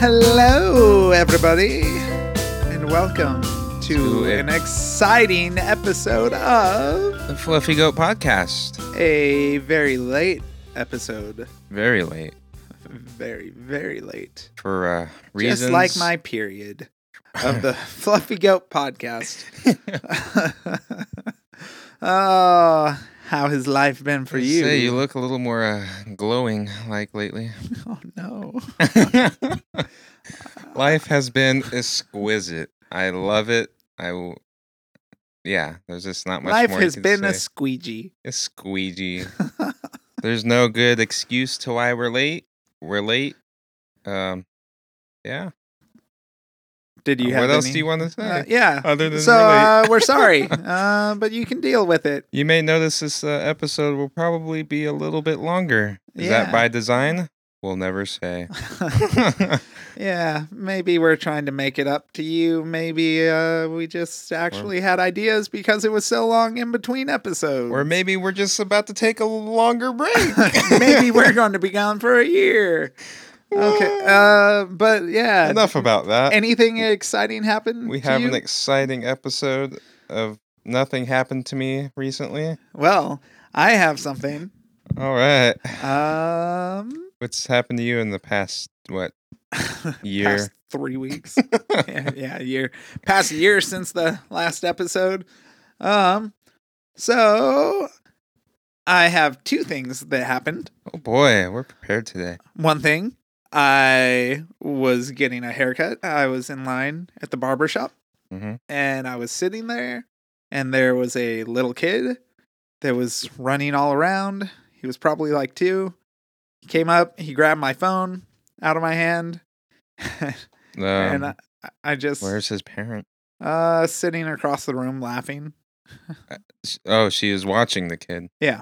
Hello, everybody, and welcome to To it. an exciting episode of The Fluffy Goat Podcast. a very late episode. Very late Very, very late. for uh, Just reasons. like my period of the Fluffy Goat podcast. oh, how has life been for I'd you? Say you look a little more uh, glowing like lately. oh, no. Life has been exquisite. I love it. I will. Yeah, there's just not much Life more you has can been a say. squeegee. It's squeegee. there's no good excuse to why we're late. We're late. Um, yeah. Did you have what else any- do you want to say? Uh, yeah. Other than So we're late? uh, we're sorry, uh, but you can deal with it. You may notice this uh, episode will probably be a little bit longer. Is Yeah. that by design? We'll never say. yeah, maybe we're trying to make it up to you. Maybe uh, we just actually had ideas because it was so long in between episodes. or maybe we're just about to take a longer break. maybe we're going to be gone for a year. Okay, uh, but yeah, Enough about that. anything exciting happened? we to have you? an exciting episode of Nothing Happened to Me recently. well, I have something. All right. Um, What's happened to you in the past, what, year? past three weeks. yeah, yeah, year past year since the last episode. Um, so I have two things that happened. Oh boy, we're prepared today. One thing, I was getting a haircut. I was in line at the barber shop, hmm and I was sitting there, and there was a little kid that was running all around. He was probably like two. He came up, he grabbed my phone out of my hand, Um, and I, I just where's his parent? Uh, sitting across the room laughing. Sh- Oh, she is watching the kid. Yeah.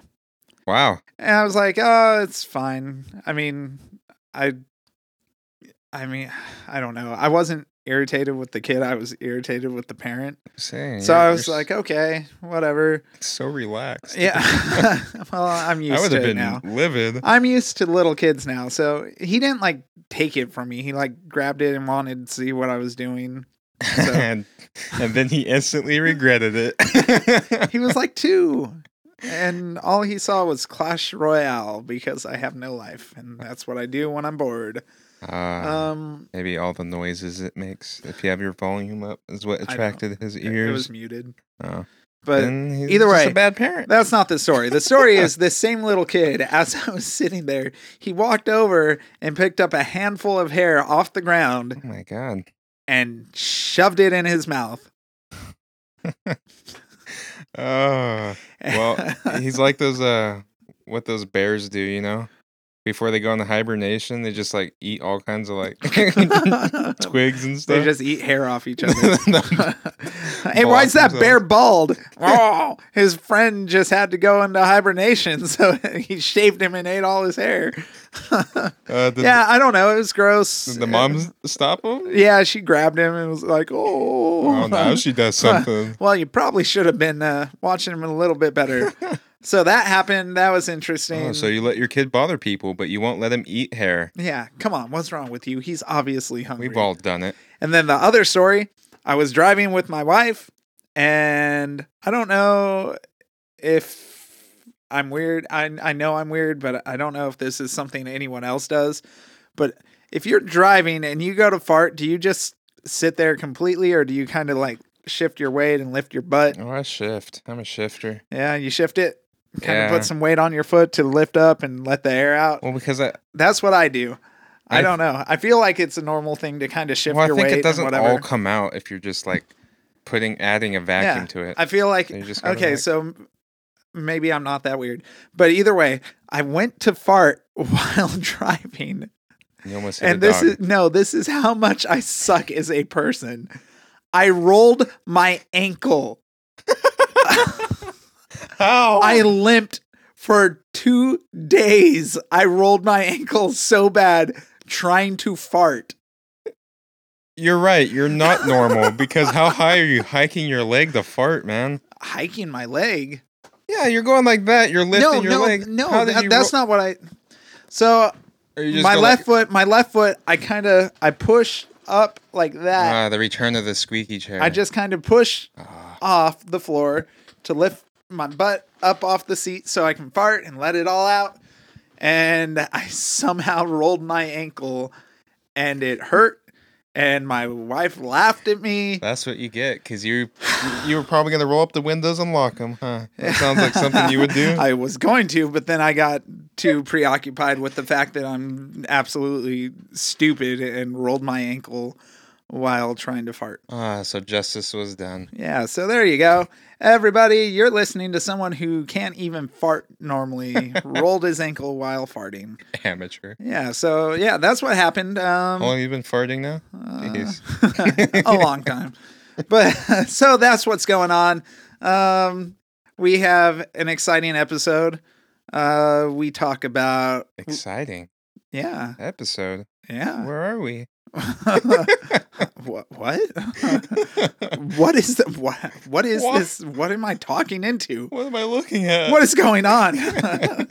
Wow. And I was like, oh, it's fine. I mean, I, I mean, I don't know. I wasn't irritated with the kid. I was irritated with the parent. Saying, so you're- I you're was s- like, okay, whatever. so relaxed. Yeah. well, I'm I used would to have it been now. livid. I'm used to little kids now. So he didn't like take it from me. He like grabbed it and wanted to see what I was doing. So- and, and then he instantly regretted it. He was like two. And all he saw was Clash Royale because I have no life, and that's what I do when I'm bored. Ah, Um, maybe all the noises it makes, if you have your volume up, is what don't- attracted his it- ears. it was muted, oh. but Then he's either just way- a bad parent. that's not the story. The story is this same little kid, as I was sitting there, he walked over and picked up a handful of hair off the ground Oh my god! and shoved it in his mouth. Oh, well, he's like those uh, what those bears do, you know? Before they go into hibernation, they just like eat all kinds of like twigs and stuff. they just eat hair off each other. hey, why is Blossoms that out. bear bald? Oh, his friend just had to go into hibernation, so he shaved him and ate all his hair. Uh, did, yeah, I don't know. It was gross. did the mom s- stop him? Yeah, she grabbed him and was like, "Oh, Oh, now she does something. well, you probably should have been uh, watching him a little bit better." so that happened. That was interesting. Oh, so you let your kid bother people, but you won't let him eat hair. yeah, come on. What's wrong with you? He's obviously hungry. We've all done it. And then the other story, I was driving with my wife, and I don't know if I'm weird. I I know I'm weird, but I don't know if this is something anyone else does. But if you're driving and you go to fart, do you just sit there completely, or do you kind of like shift your weight and lift your butt? Oh, I shift. I'm a shifter. Yeah, you shift it. Kind of Yeah. put some weight on your foot to lift up and let the air out. Well, because I, That's what I do. I, I- don't know. I feel like it's a normal thing to kind of shift well, I your think weight it doesn't and whatever. all come out if you're just like putting, adding a vacuum to it. I feel like So you just gotta, okay, like- so m- maybe I'm not that weird, but either way, I went to fart while driving, you almost hit and a this dog. is no, this is how much I suck as a person. I rolled my ankle. how I limped for two days. I rolled my ankle so bad trying to fart. You're right. You're not normal because how high are you hiking your leg to fart, man? Hiking my leg. Yeah, you're going like that. You're lifting no, your no, leg. no. How did that- you that's roll- not what I. So Or you just my go left like, foot, my left foot, I kind of I push up like that. ah, the return of the squeaky chair. I just kind of push Ah. off the floor to lift my butt up off the seat so I can fart and let it all out. And I somehow rolled my ankle and it hurt. And my wife laughed at me. That's what you get because you you were probably gonna roll up the windows and lock them, huh? That sounds like something you would do. I was going to, but then I got too preoccupied with the fact that I'm absolutely stupid and rolled my ankle while trying to fart. Ah, so justice was done. Yeah, so there you go. Everybody, you're listening to someone who can't even fart normally, rolled his ankle while farting. Amateur. Yeah, so yeah, that's what happened. Um, uh, How long you been farting now? Oh, Jeez. a long time. But so that's what's going on. Um, we have an exciting episode. Uh, we talk about, Exciting yeah, episode. yeah. Where are we? what? What? what is the, what, what is What? this? What am I talking into? What am I looking at? what is going on?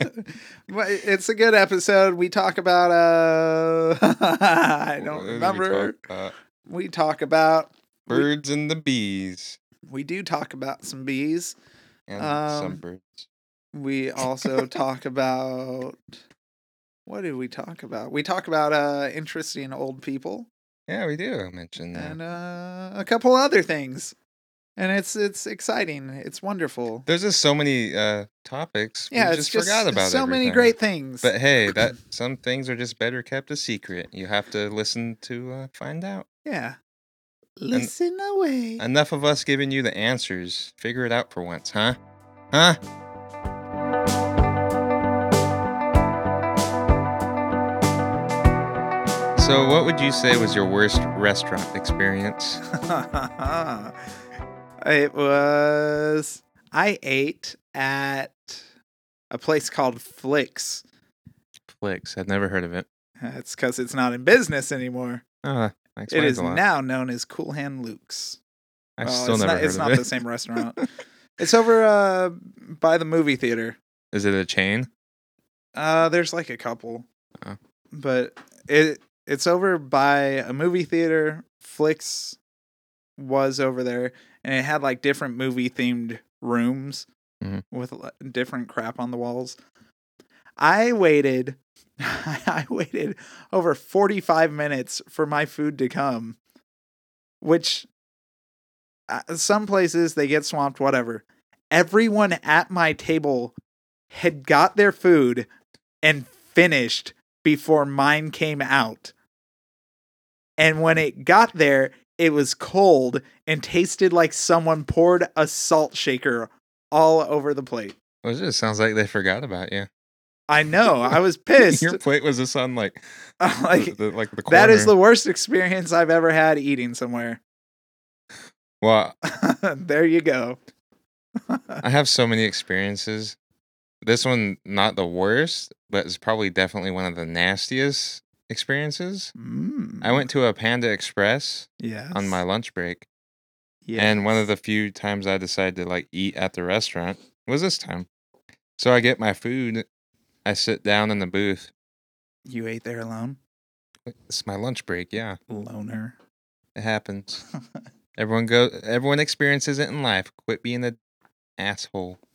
Well, it's a good episode. We talk about uh I What don't did we remember. talk about? We talk about birds and the bees we do talk about some bees. and Um, some birds. We also talk about what did we talk about? We talk about uh interesting old people Yeah, we do mention that. and uh a couple other things. And it's it's exciting. It's wonderful. There's just so many uh, topics. Yeah, we it's just, forgot about so many everything. great things. But hey, that some things are just better kept a secret. You have to listen to uh, find out. yeah. Listen away. Enough of us giving you the answers. Figure it out for once, huh? Huh? So, what would you say was your worst restaurant experience? it was I ate at a place called Flicks. Flicks. I've never heard of it. That's because it's not in business anymore. Ah, that It explains is a lot. now known as Cool Hand Luke's. I've Well, still it's never not, heard It's of not it. the same restaurant. it's over uh, by the movie theater. Is it a chain? Uh, there's like a couple, Oh. but it it's over by a movie theater. Flicks was over there, and it had like different movie themed rooms Mhm. with li- different crap on the walls. I waited, I waited over forty five minutes for my food to come, which uh, some places they get swamped. Whatever. Everyone at my table had got their food and finished before mine came out. And when it got there, it was cold and tasted like someone poured a salt shaker all over the plate. Well, it just sounds like they forgot about you. I know, I was pissed. Your plate was just on like, like the, like the corner. that is the worst experience I've ever had eating somewhere. well. there you go. I have so many experiences. This one, not the worst, but it's probably definitely one of the nastiest experiences. Mm. I went to a Panda Express yes. on my lunch break, yes. and one of the few times I decided to like eat at the restaurant was this time. So I get my food, I sit down in the booth. you ate there alone, It's my lunch break. Yeah, loner. it happens. Everyone go. Everyone experiences it in life. Quit being an asshole.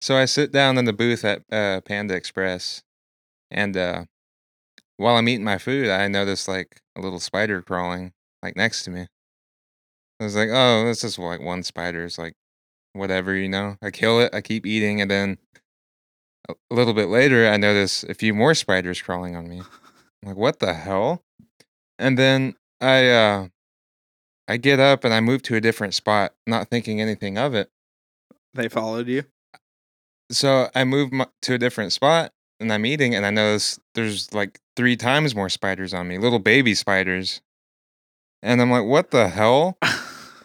so I sit down in the booth at uh, Panda Express, and uh, while I'm eating my food, I notice like a little spider crawling like next to me. I was like, "Oh, that's just like one spider. It's like whatever, you know." I kill it. I keep eating, and then a a little bit later, I notice a few more spiders crawling on me. I'm like, "What the hell?" And then I uh I get up and I move to a different spot, not thinking anything of it. They followed you. So I move my, to a different spot and I'm eating and I notice there's like three times more spiders on me, little baby spiders. And I'm like, "What the hell?"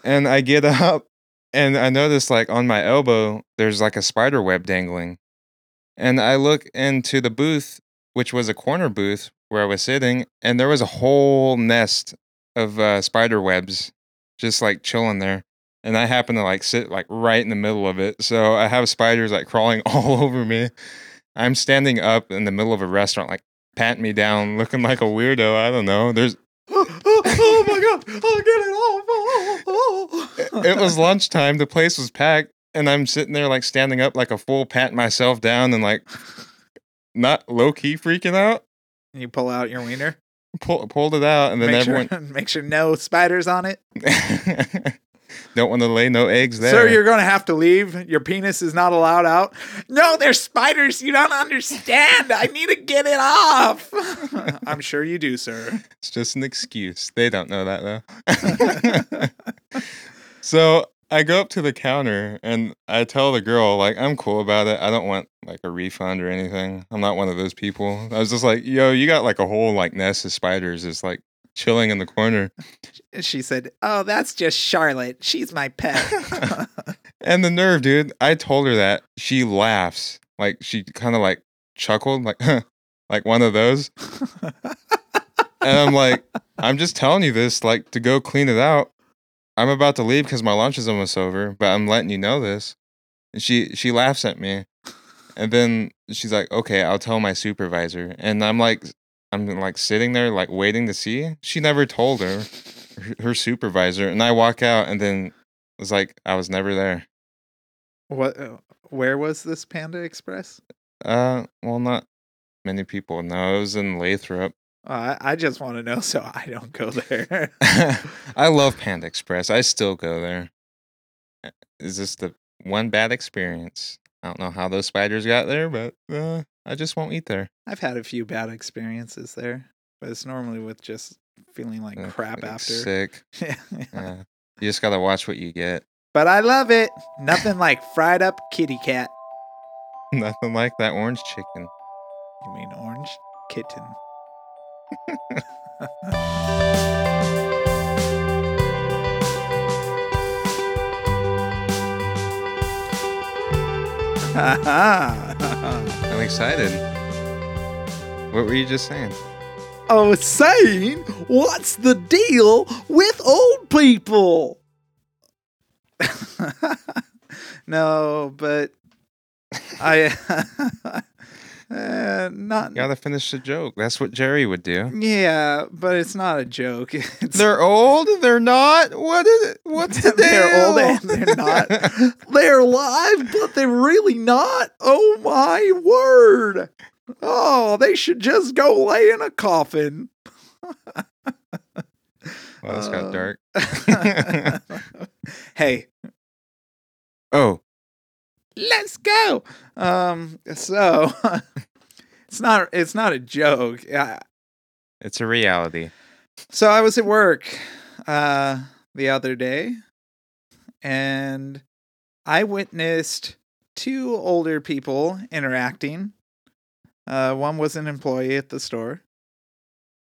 And I get up and I notice like on my elbow there's like a spider web dangling. And I look into the booth, which was a corner booth where I was sitting, and there was a whole nest of uh, spider webs just like chilling there. And I happen to like sit like right in the middle of it. So I have spiders like crawling all over me. I'm standing up in the middle of a restaurant, like pat me down, looking like a weirdo. I don't know. There's oh, oh, oh my god! Oh, get it! Oh, oh, oh, oh. it was lunchtime, the place was packed, and I'm sitting there like standing up like a fool, patting myself down and like not low key freaking out. You pull out your wiener. Pull, pulled it out and then make everyone sure, make sure no spiders on it. don't want to lay no eggs there. Sir, you're going to have to leave. Your penis is not allowed out. No, there's spiders. You don't understand. I need to get it off. I'm sure you do, sir. It's just an excuse. They don't know that though. so I go up to the counter and I tell the girl, like, I'm cool about it. I don't want like a refund or anything. I'm not one of those people. I was just like, yo, you got like a whole like nest of spiders just like chilling in the corner. She said, "Oh, that's just Charlotte. She's my pet." And the nerve, dude. I told her that. She laughs. Like she kind of like chuckled, like like one of those. and I'm like, I'm just telling you this, like to go clean it out. I'm about to leave because my lunch is almost over, but I'm letting you know this. And she she laughs at me. And then she's like, okay, I'll tell my supervisor. And I'm like, I'm like sitting there, like waiting to see. She never told her, her, her supervisor. And I walk out, and then it was like, I was never there. what? uh, Where was this Panda Express? Uh, well, not many people know. It was in Lathrop. Uh, I I just want to know so I don't go there. I love Panda Express. I still go there. Is this the one bad experience? I don't know how those spiders got there, but uh, I just won't eat there. I've had a few bad experiences there, but it's normally with just feeling like Ugh, crap like, after. Uh, Sick. Yeah. Yeah. You just gotta watch what you get. but I love it. Nothing like fried up kitty cat. Nothing like that orange chicken. You mean orange kitten? I'm excited. What were you just saying? I was saying, what's the deal with old people? no, but I. uh, not. You gotta finish the joke. That's what Jerry would do. Yeah, but it's not a joke. It's, They're old. They're not. What is it? What's the deal? They're old and they're not. they're alive, but they're really not. Oh my word. Oh, they should just go lay in a coffin. well, this Uh. got dark. hey, Oh, let's go. Um, so it's not it's not a joke. Yeah. it's a reality. So I was at work uh the other day and I witnessed two older people interacting. Uh one was an employee at the store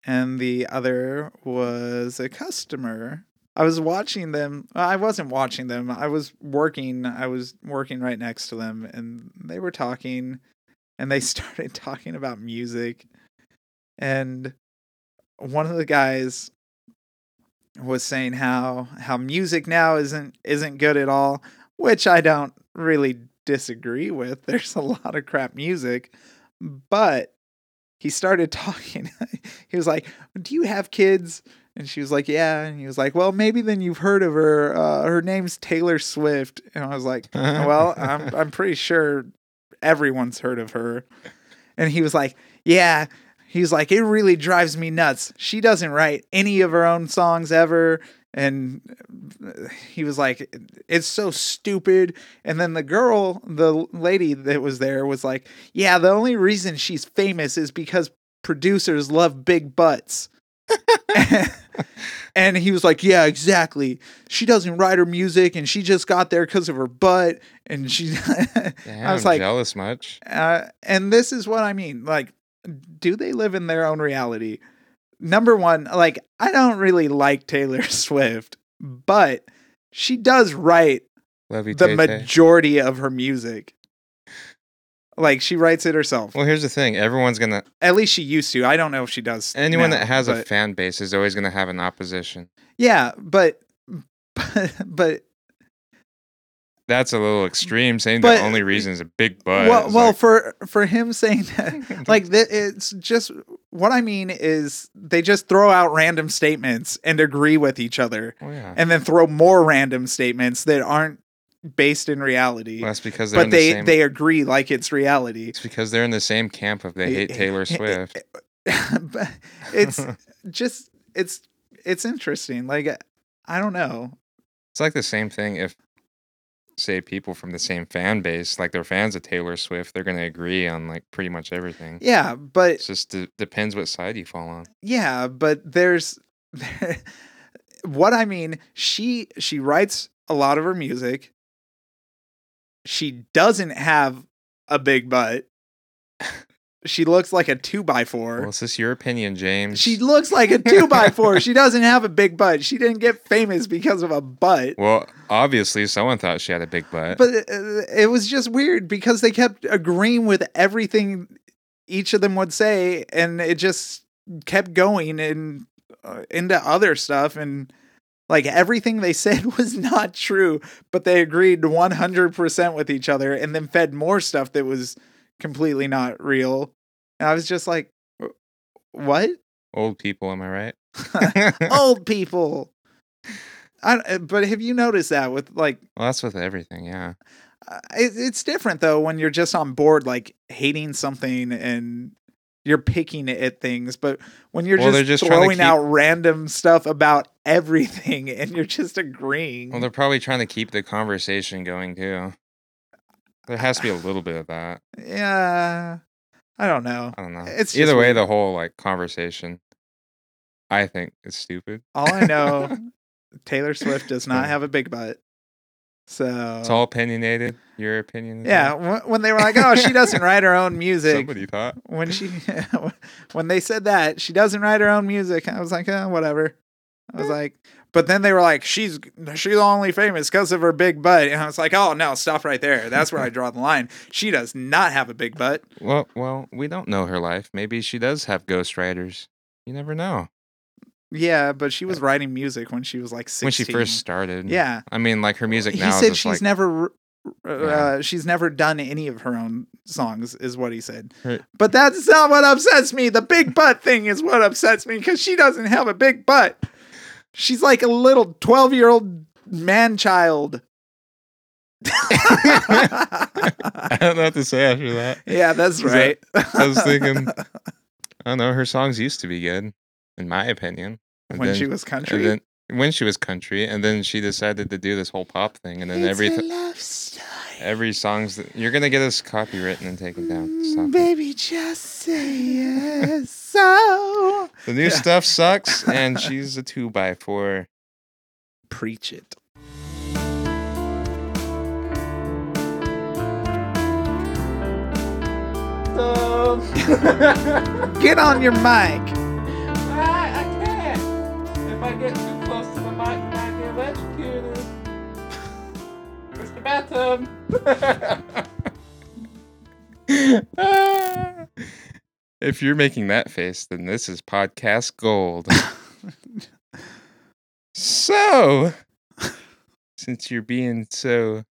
and the other was a customer. I was watching them. well, I wasn't watching them. I was working. I was working right next to them and they were talking and they started talking about music and one of the guys was saying how how music now isn't isn't good at all, which I don't really disagree with. There's a lot of crap music, but he started talking. he was like, "Do you have kids?" And she was like, "Yeah." And he was like, "Well, maybe then you've heard of her. Uh, her name's Taylor Swift." And I was like, well, I'm I'm pretty sure everyone's heard of her. And he was like, yeah. He's like, it really drives me nuts. She doesn't write any of her own songs ever. And he was like, it's so stupid. And then the girl, the lady that was there, was like, yeah, the only reason she's famous is because producers love big butts. and he was like, yeah, exactly. She doesn't write her music and she just got there because of her butt. And she, Damn, I was like, jealous much. uh, and this is what I mean. Like, do they live in their own reality? Number one, like, I don't really like Taylor Swift, but she does write Love you, the Tay-Tay. majority of her music. Like, she writes it herself. Well, here's the thing. Everyone's gonna. At least she used to. I don't know if she does. Anyone now, that has a but- fan base is always gonna have an opposition. Yeah, but but but That's a little extreme. Saying But- the only reason is a big butt. well, It's well, like- for for him saying that, like th- it's just what I mean is they just throw out random statements and agree with each other, Well, yeah. and then throw more random statements that aren't based in reality, Well, that's because they're but in they the same. they agree like it's reality. it's because they're in the same camp of they hate Taylor Swift. But it's just it's it's interesting. Like I don't know. It's like the same thing if, say, people from the same fan base, like they're fans of Taylor Swift, they're going to agree on like pretty much everything. Yeah, but It just de- depends what side you fall on. yeah but there's what i mean she she writes a lot of her music she doesn't have a big butt she looks like a two by Well, four it's just your opinion, James. she looks like a two by four she doesn't have a big butt she didn't get famous because of a butt Well, obviously, someone thought she had a big butt. but it, it was just weird because they kept agreeing with everything each of them would say and it just kept going and uh, into other stuff and like everything they said was not true but they agreed 100% with each other and then fed more stuff that was completely not real and i was just like "Wh- what Old people, am I right? well, old people I, uh, but have you noticed that with like that's with everything, yeah. Uh, it, it's different though when you're just on board like hating something and you're picking at things but when you're Well, they're just, just trying to throwing keep- out random stuff about everything and you're just agreeing Well, they're probably trying to keep the conversation going too. There has to be a little bit of that. yeah i don't know I don't know. It's just Either way, weird. the whole like conversation, I think, is stupid. all i know taylor swift does not have a big butt so It's all opinionated. Your opinion. is Oh. yeah right. wh- when they were like oh she doesn't write her own music Somebody thought. when she when they said that she doesn't write her own music i was like eh, whatever i was like but then they were like she's she's only famous because of her big butt and i was like oh no stop right there that's where i draw the line she does not have a big butt Well, well, we don't know her life. Maybe she does have ghostwriters. You never know. yeah but she was writing music when she was like 16 When she first started. Uh, yeah I mean, like her music he now. said is just, she's like, never uh, Yeah. she's never done any of her own songs is what he said Her- but that's not what upsets me the big butt thing is what upsets me because she doesn't have a big butt she's like a little 12 year old man child I don't know what to say after that. yeah that's Is right that- I was thinking. I don't know. Her songs used to be good, in my opinion. And when then- she was country And then when she was country, and then she decided to do this whole pop thing, and then It's everything. a love story. Every song's that, you're gonna get us copywritten and taken down. Stop Mm, it. baby just say yes so The new stuff sucks, and she's a two by four. preach it Oh. Get on your mic. I, I can't. If I get too close to the mic, I get electrocuted. It's the bathroom. if you're making that face, then this is podcast gold. so, since you're being so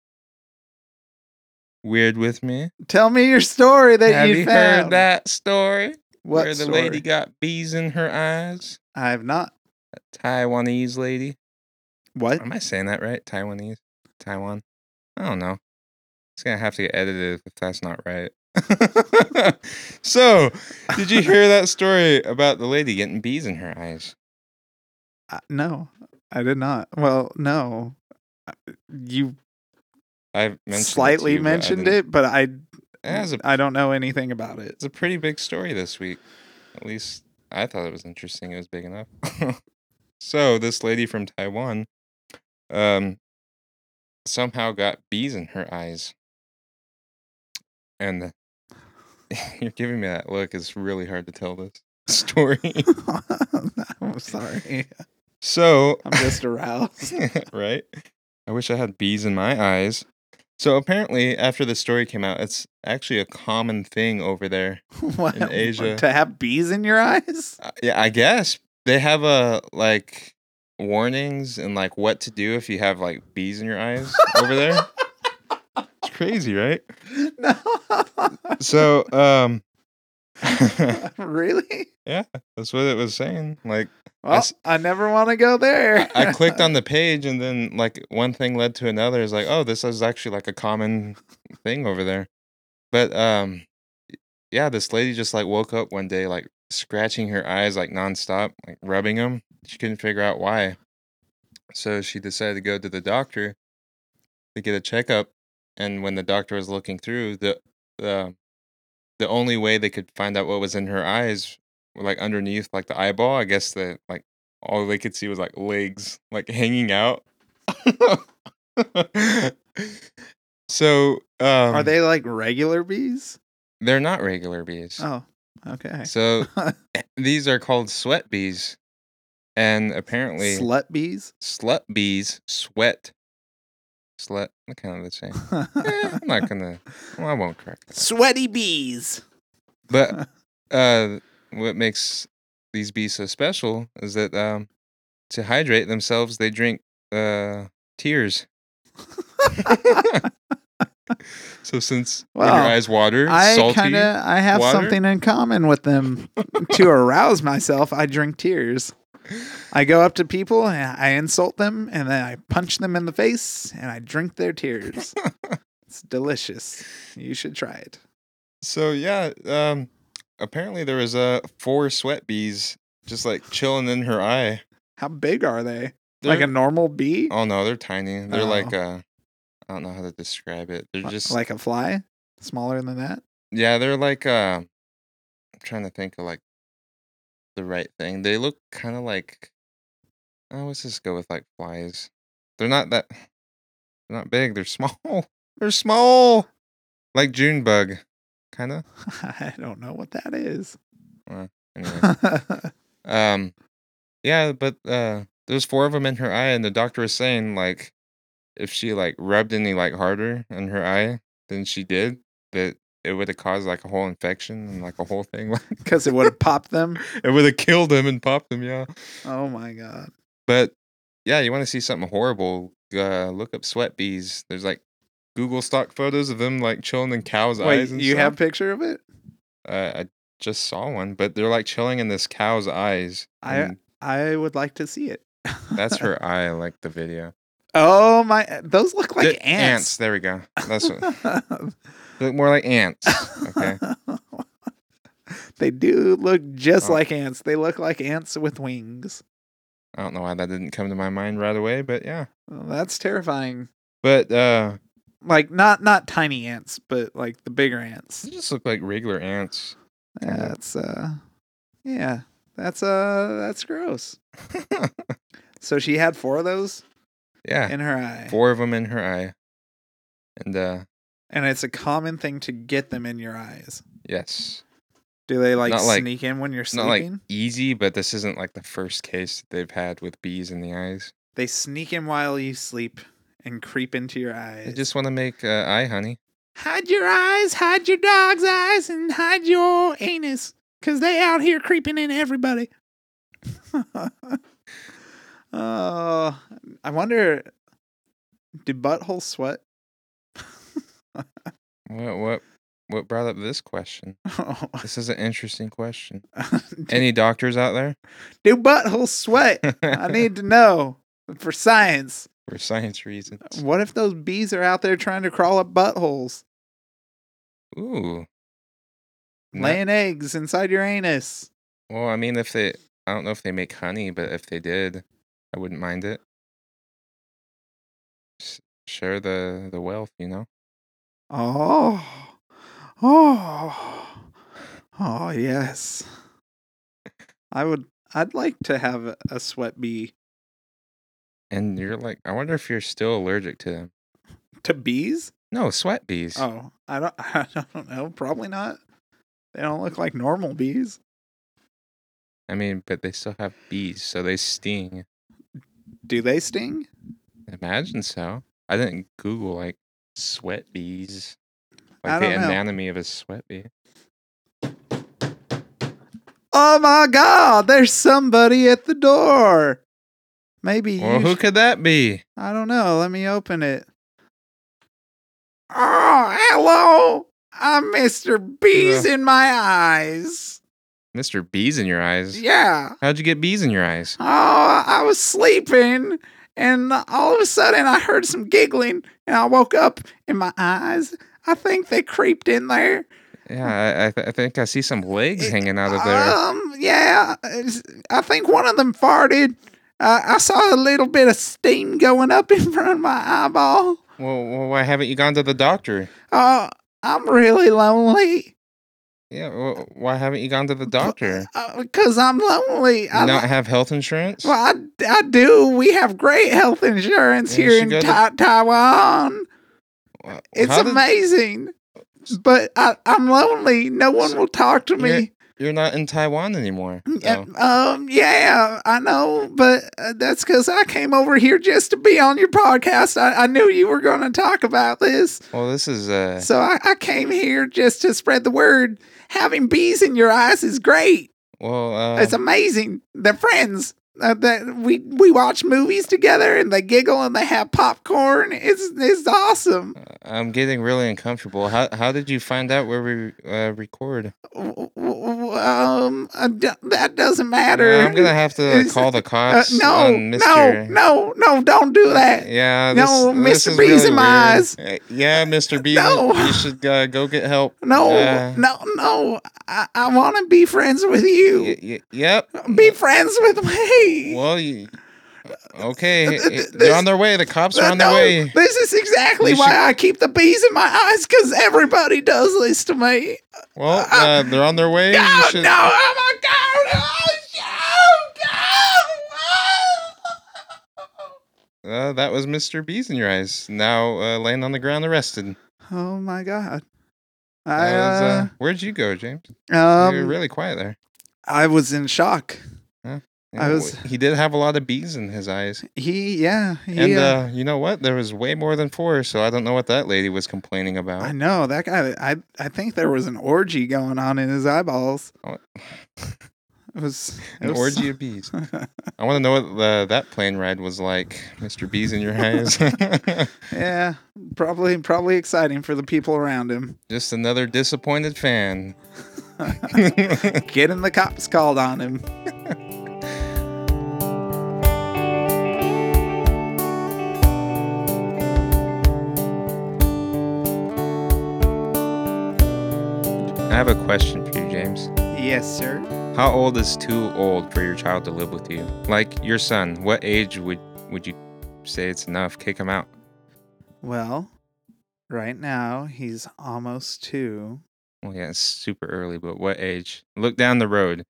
weird with me, Tell me your story that have you, you, found. heard that story What where the story? lady got bees in her eyes? I have not. Taiwanese lady. What? Am I saying that right? Taiwanese? Taiwan? I don't know. It's gonna have to get edited if that's not right. so, did you hear that story about the lady getting bees in her eyes? Uh, no, I did not. Well, no, you I've mentioned it to slightly you, but I mentioned didn't- it, but I Yeah, It's a, I don't know anything about it. it's a pretty big story this week. At least I thought it was interesting. It was big enough. so, this lady from Taiwan, um, somehow got bees in her eyes, and you're giving me that look. It's really hard to tell this story. I'm sorry. so, I'm just aroused. right? I wish I had bees in my eyes. So apparently, after the story came out, it's actually a common thing over there. what, In Asia. to have bees in your eyes? Uh, yeah, I guess they have uh, a like warnings and like what to do if you have like bees in your eyes over there. crazy, right? no. So, um, really? that's what it was saying. Like, Well, s- I never want to go there. I clicked on the page, and then like one thing led to another. It's like, oh, this is actually like a common thing over there. But um, yeah, this lady just like woke up one day, like scratching her eyes like nonstop, like rubbing them. She couldn't figure out why, so she decided to go to the doctor to get a checkup. And when the doctor was looking through, the the the only way they could find out what was in her eyes, like underneath, like the eyeball, I guess the like all they could see was like legs like hanging out so um, Are they like regular bees? they're not regular bees Oh, okay. so eh, these are called sweat bees and apparently Slut bees? slut bees sweat slut what kind of the same Eh, i'm not gonna well, i won't correct that. Sweaty bees. but uh what makes these bees so special is that um to hydrate themselves they drink uh tears so since when your Well, eyes water I salty kind of I have water? something in common with them. to arouse myself, I drink tears. I go up to people and I insult them and then I punch them in the face and I drink their tears. it's delicious. You should try it. so yeah um apparently there was uh four sweat bees just like chilling in her eye How big are they? They're- like a normal bee? oh no they're tiny they're Oh. like uh i don't know how to describe it they're Li- just like a fly? Smaller than that? Yeah, they're like uh I'm trying to think of like the right thing. They look kind of like oh, let's just go with like flies. They're not that they're not big, they're small. They're small. Like June bug, kind of. I don't know what that is. Anyway. Um, yeah, but uh, there's four of them in her eye, and the doctor was saying like, if she like rubbed any like harder in her eye than she did, that it would have caused like a whole infection and like a whole thing. Like Because it would have popped them. it would have killed them and popped them. Yeah, Oh my god. but yeah, you want to see something horrible? Uh, look up sweat bees. There's like Google stock photos of them like chilling in cows' Wait, eyes. And you stuff. have picture of it? Uh, I just saw one, but they're like chilling in this cow's eyes. I- and I would like to see it. that's her eye. I like the video. Oh my! Those look like The ants. There we go. That's what, they look more like ants. Okay. they do look just Oh. like ants. They look like ants with wings. I don't know why that didn't come to my mind right away, but yeah. Oh, that's terrifying. But uh, Like not not tiny ants, but like the bigger ants. they just look like regular ants. Kind of. That's uh, yeah. That's uh, that's gross. So she had four of those yeah, in her eye, four of them in her eye, and uh, and it's a common thing to get them in your eyes. yes, Do they like Not like- sneak in when you're it's not like sleeping? easy, but this isn't like the first case that they've had with bees in the eyes. They sneak in while you sleep and creep into your eyes. They just want to make uh, eye honey. Hide your eyes, hide your dog's eyes, and hide your anus, because they out here creeping in everybody. oh, I wonder, do buttholes sweat? What what what brought up this question? Oh. This is an interesting question. Any doctors out there? do buttholes sweat? I need to know for science. for science reasons. What if those bees are out there trying to crawl up buttholes, Ooh. Not- laying eggs inside your anus? Well, I mean, if they, I don't know if they make honey, but if they did, I wouldn't mind it. S- Share the the wealth, you know. Oh, oh, oh, yes. I would. I'd like to have a- a sweat bee. And you're like, I wonder if you're still allergic to them. To bees? No, sweat bees. Oh, I don't. I don't know. Probably not. They don't look like normal bees. I mean, but they still have bees, so they sting. Do they sting? Imagine so. I didn't Google like sweat bees, I like the don't know. anatomy of a sweat bee. Oh my God! There's somebody at the door. Maybe you. Well, who sh- could that be? I don't know. Let me open it. Oh, hello. I'm Mr. Bees in my eyes. Mr. Bees in your eyes. Yeah. How'd you get bees in your eyes? Oh, I was sleeping and all of a sudden I heard some giggling and I woke up and my eyes, I think they creeped in there. Yeah, I, I, th- I think I see some legs It- hanging out of there. Um, yeah, it's- I think one of them farted. Uh, I saw a little bit of steam going up in front of my eyeball. Well, well, why haven't you gone to the doctor? Oh, I'm really lonely Yeah, well, why haven't you gone to the doctor? because uh, I'm lonely. You I, not li- have health insurance? well, I, I do. We have great health insurance Yeah, you here in should go to- Ta- Taiwan. Wha- It's how did- amazing. But I, I'm lonely. No one will talk to me. You're not in Taiwan anymore. Yeah, though. um, yeah, I know, but uh, that's because I came over here just to be on your podcast. I, I knew you were going to talk about this, Well, this is uh, so I, I came here just to spread the word. Having bees in your eyes is great. well, uh, it's amazing. They're friends. Uh, that we we watch movies together and they giggle and they have popcorn. It's it's awesome. I'm getting really uncomfortable. How how did you find out where we uh, record? W- w- w- Um, I don't- that doesn't matter. Yeah, I'm gonna have to Is- call the Uh, cops. no, on no, Mr. no, no! Don't do that. Yeah, this, No, this Mr. is Bees really in my weird. eyes. Uh, Yeah, Mr. Bees, No. you should uh, go get help. No, Uh, no, no. I, I want to be friends with you. y- y- yep. Be friends with me. Well, you, okay, uh, Th- th- they're this- on their way. The cops are Uh, on their no, way. This is exactly You why should- I keep the bees in my eyes because everybody does this to me. Well, Uh, uh, they're on their way. No, you should, no, oh my God. Oh, no, Uh, that was Mr. Bees in your eyes. Now uh, laying on the ground, arrested. no. Oh my God. That I, was, uh, uh, where'd you go, James? um, you were really quiet there. I was in shock. I Yeah, was- wh- He did have a lot of bees in his eyes, He, yeah, he, and uh, uh, you know what? There was way more than four, so I don't know what that lady was complaining I about. know that guy. I I think there was an orgy going on in his eyeballs. Oh. It was it An was- orgy of bees. I want to know what the, that plane ride was like, Mister Bees in your eyes. yeah, probably probably exciting for the people around him. Just another disappointed fan. Getting the cops called on him. I have a question for you, James. Yes, sir. How old is too old for your child to live with you? Like your son, what age would would you say it's enough? Kick him out. Well, right now he's almost two. Well, yeah, it's super early, but what age? Look down the road.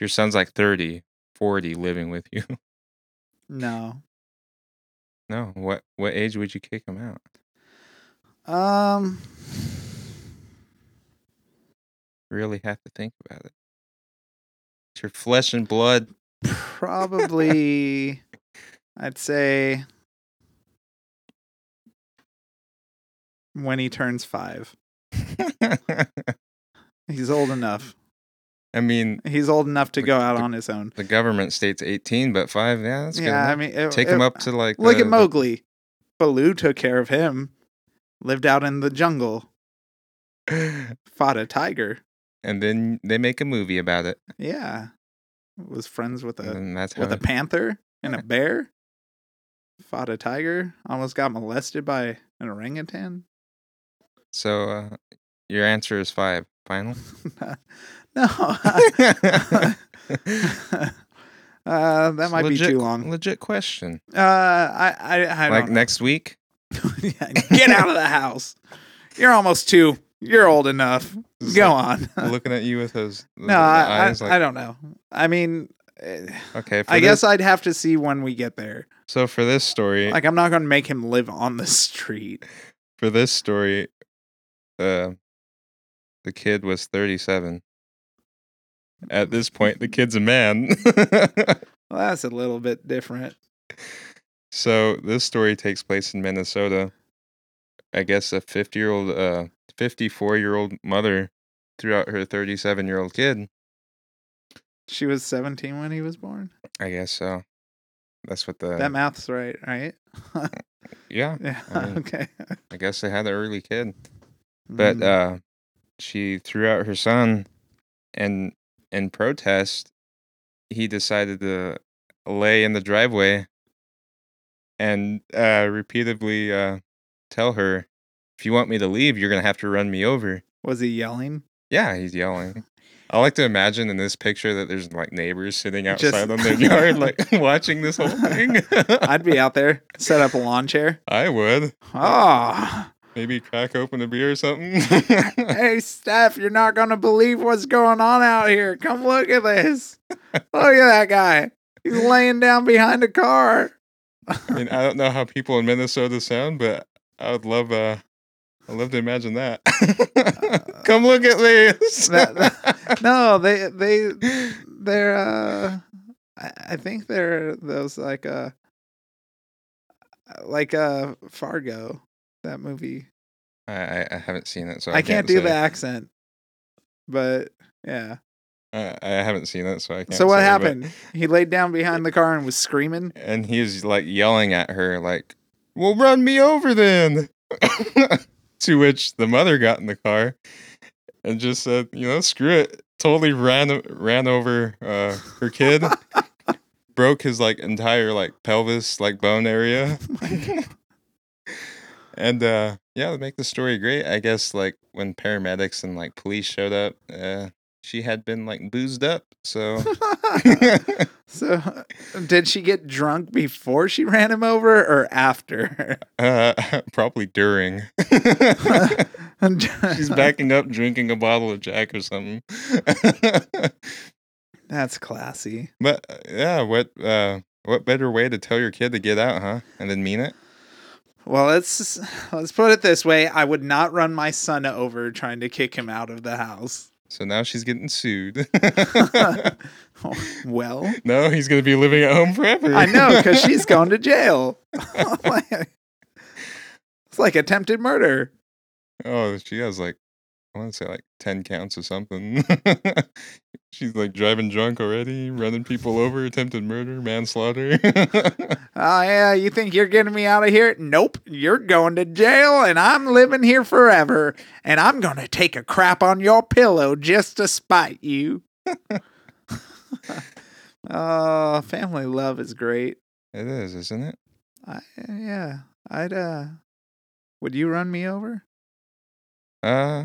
Your son's like 30, 40 living with you. No. No, what what age would you kick him out? Um. Really have to think about it. It's your flesh and blood. Probably, I'd say when he turns five. He's old enough. I mean, He's old enough to go out on his own. the government states 18, but 5, yeah, that's good. yeah, I enough. mean, it- Take him it- up to like Look the- at Mowgli. Baloo took care of him. Lived out in the jungle. the- Fought a tiger. And then they make a movie about it. Yeah, was friends with a and that's how with a panther and a bear. Fought a tiger. Almost got molested by an orangutan. So uh, your answer is five. Final. no, uh, that might be Legit- too long. Legit question. Uh, I I, I like don't know. next week. Yeah, get out of the house. You're almost two. You're old enough. It's Go like on. looking at you with those. those no, I, I, eyes, like, I don't know. I mean, eh, Okay. For I this- guess I'd have to see when we get there. so. For this story, Like, I'm not going to make him live on the street. for this story, uh, the kid was thirty-seven. At this point, the kid's a man. Well, that's a little bit different. so this story takes place in Minnesota. I guess a fifty-year-old, uh, fifty-four-year-old mother threw out her thirty-seven-year-old kid. She was 17 when he was born. I guess so. That's what the That math's right, right? Uh, yeah. Yeah. I mean- okay. Hmm. I guess they had an early kid. But uh, she threw out her son, and in protest, he decided to lay in the driveway and uh, repeatedly uh, tell her, "If you want me to leave, you're gonna have to run me over." was he yelling? Yeah, he's yelling. I like to imagine in this picture that there's like neighbors sitting Just- outside on their yard, like watching this whole thing. I'd be out there, set up a lawn chair. I would. Oh, Maybe crack open a beer or something. hey, Steph, you're not going to believe what's going on out here. Come look at this. Look at that guy. He's laying down behind a car. I mean, I don't know how people in Minnesota sound, but I would love, uh, I love to imagine that. Come look at this. Uh, That- No, they, they, they're, uh, I I think they're those like, uh, like, uh, Fargo, that movie. I, I, I haven't seen it, so I, I can't do say. the accent, but yeah. I, I haven't seen it, so I can't. So what say, but- happened? He laid down behind the car and was screaming. and he's like yelling at her, like, "Well, run me over then." to which the mother got in the car and just said, "You know, screw it." Totally ran ran over uh, her kid, broke his like entire like pelvis like bone area, and uh, yeah, to make the story great, I guess like when paramedics and like police showed up, uh, she had been like boozed up, so. so, did she get drunk before she ran him over or after? Uh, probably during. She's backing up, drinking a bottle of Jack or something. That's classy. but uh, yeah, what uh, what better way to tell your kid to get out, huh? And then mean it? Well, let's let's put it this way: I would not run my son over trying to kick him out of the house. So now she's getting sued. well, no, he's gonna be living at home forever. I know because she's going to jail. it's like attempted murder. oh, she has like I want to say like ten counts or something. she's like driving drunk already, running people over, attempted murder, manslaughter. Oh yeah, you think you're getting me out of here? Nope, you're going to jail and I'm living here forever and I'm going to take a crap on your pillow just to spite you. oh, family love is great. it is, isn't it? I yeah, I'd uh would you run me over? Uh,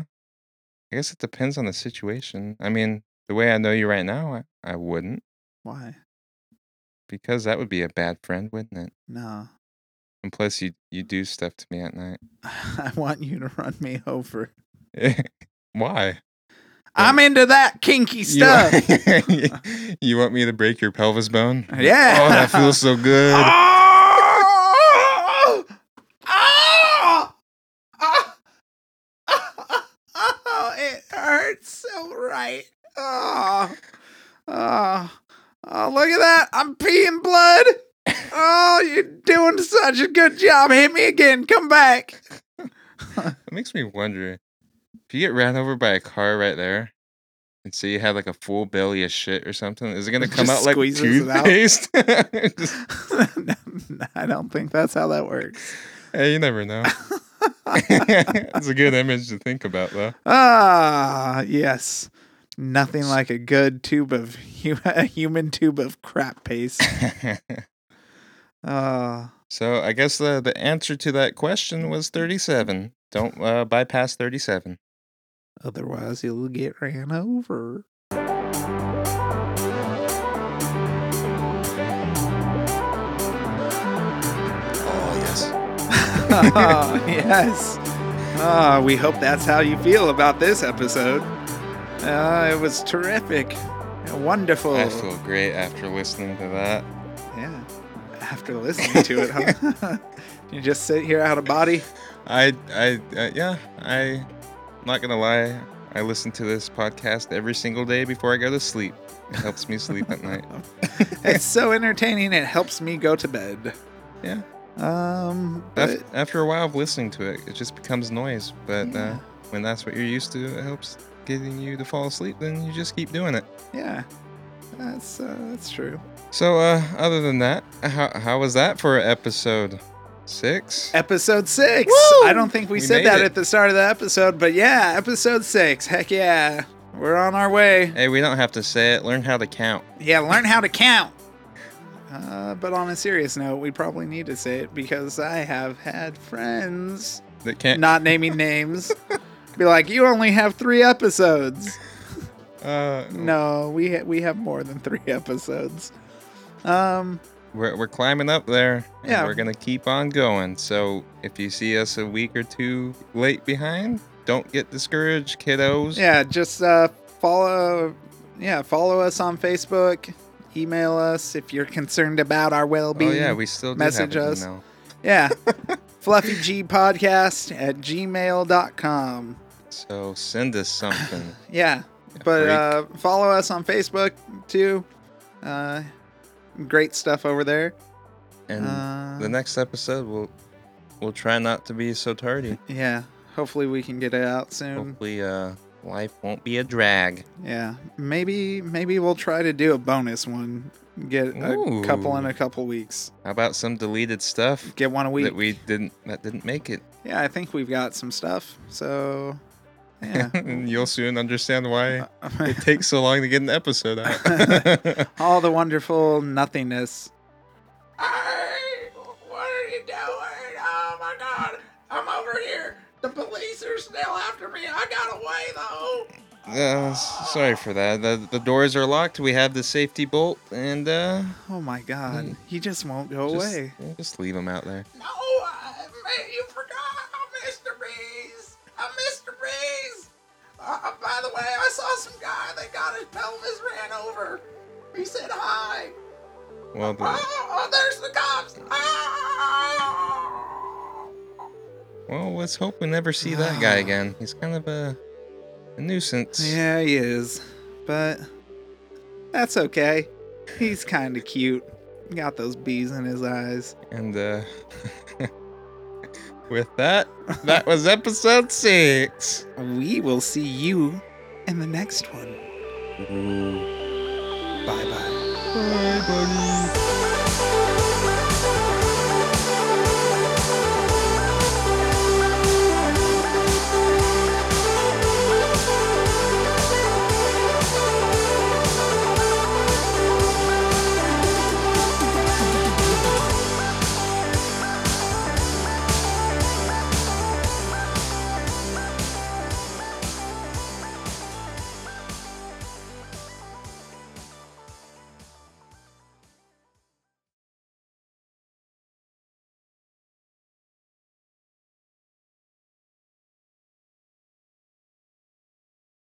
I guess it depends on the situation. I mean, the way I know you right now, I, I wouldn't Why? because that would be a bad friend, wouldn't it? No. And plus, you you do stuff to me at night. I want you to run me over. Why? I'm into that kinky You wa- stuff. you want me to break your pelvis bone? Yeah. Oh, that feels so good. Oh! Oh! Oh! Oh, it hurts so right. Oh. Oh. Oh, look at that. I'm peeing blood. Oh, you're doing such a good job. Hit me again. Come back. It makes me wonder if you get ran over by a car right there. And say you had like a full belly of shit or something. Is it gonna come Just out like squeezes it out. toothpaste? Just- I don't think that's how that works. Hey, you never know. it's a good image to think about, though. Ah, yes. Nothing like a good tube of hu- a human tube of crap paste. Uh, so I guess the the answer to that question was thirty seven. Don't uh, bypass thirty seven. otherwise, you'll get ran over. Oh yes. oh, yes. Ah, we hope that's how you feel about this episode. Uh, it was terrific. Wonderful. I feel great after listening to that. yeah. After listening to it, huh? you just sit here out of body. I I uh, yeah. I not gonna lie. I listen to this podcast every single day before I go to sleep. It helps me sleep at night. It's so entertaining. It helps me go to bed. Yeah. Um, but After, after a while of listening to it, it just becomes noise. But uh, Yeah. when that's what you're used to, it helps getting you to fall asleep. Then you just keep doing it. yeah, that's uh, that's true. So, uh, other than that, how, how was that for an episode? six. Episode six. Woo! I don't think we, We said made that it. at the start of the episode, but yeah, episode six. Heck yeah. We're on our way. Hey, we don't have to say it. Learn how to count. Yeah, learn how to count. Uh, but on a serious note, we probably need to say it because I have had friends, That can't. not naming names, be like, "You only have three episodes." Uh, No, we ha- we have more than three episodes. Um, we're, we're climbing up there. and Yeah. We're gonna keep on going. So if you see us a week or two late behind, don't get discouraged, kiddos. yeah, just uh, follow. Yeah, follow us on Facebook. Email us if you're concerned about our well-being. Oh yeah, we still do Message have an us. email. yeah. fluffygpodcast at gmail.com. So send us something. Yeah. But freak. uh, follow us on Facebook too. Uh, great stuff over there. and Uh, the next episode, we'll we'll try not to be so tardy. yeah. Hopefully we can get it out soon. Hopefully, uh, life won't be a drag. Yeah. Maybe maybe we'll try to do a bonus one. Get a couple in Ooh. a couple weeks. How about some deleted stuff Get one a week. that we didn't that didn't make it? yeah, I think we've got some stuff. So yeah. You'll soon understand Uh, why it takes so long to get an episode out. All the wonderful nothingness. What are you doing? Oh my god! I'm over here! The police are still after me! I got away though! Uh, s- sorry for that. The, the doors are locked. We have the safety bolt, and uh, Oh my god. He just won't go just, away. yeah, just leave them out there. No, Oh, I, man, you forgot! I'm Mr. Breeze! I'm Mr. Breeze! Uh, by the way, I saw some guy that got his pelvis ran over. He said hi. Well, the, Oh, oh there's the cops! Ah! well, let's hope we never see that guy again. He's kind of a, a nuisance. Ah. Yeah, he is. But that's okay. He's kind of cute. Got those bees in his eyes. And uh, with that, that was episode six. We will see you in the next one. Bye bye. Bye, buddy.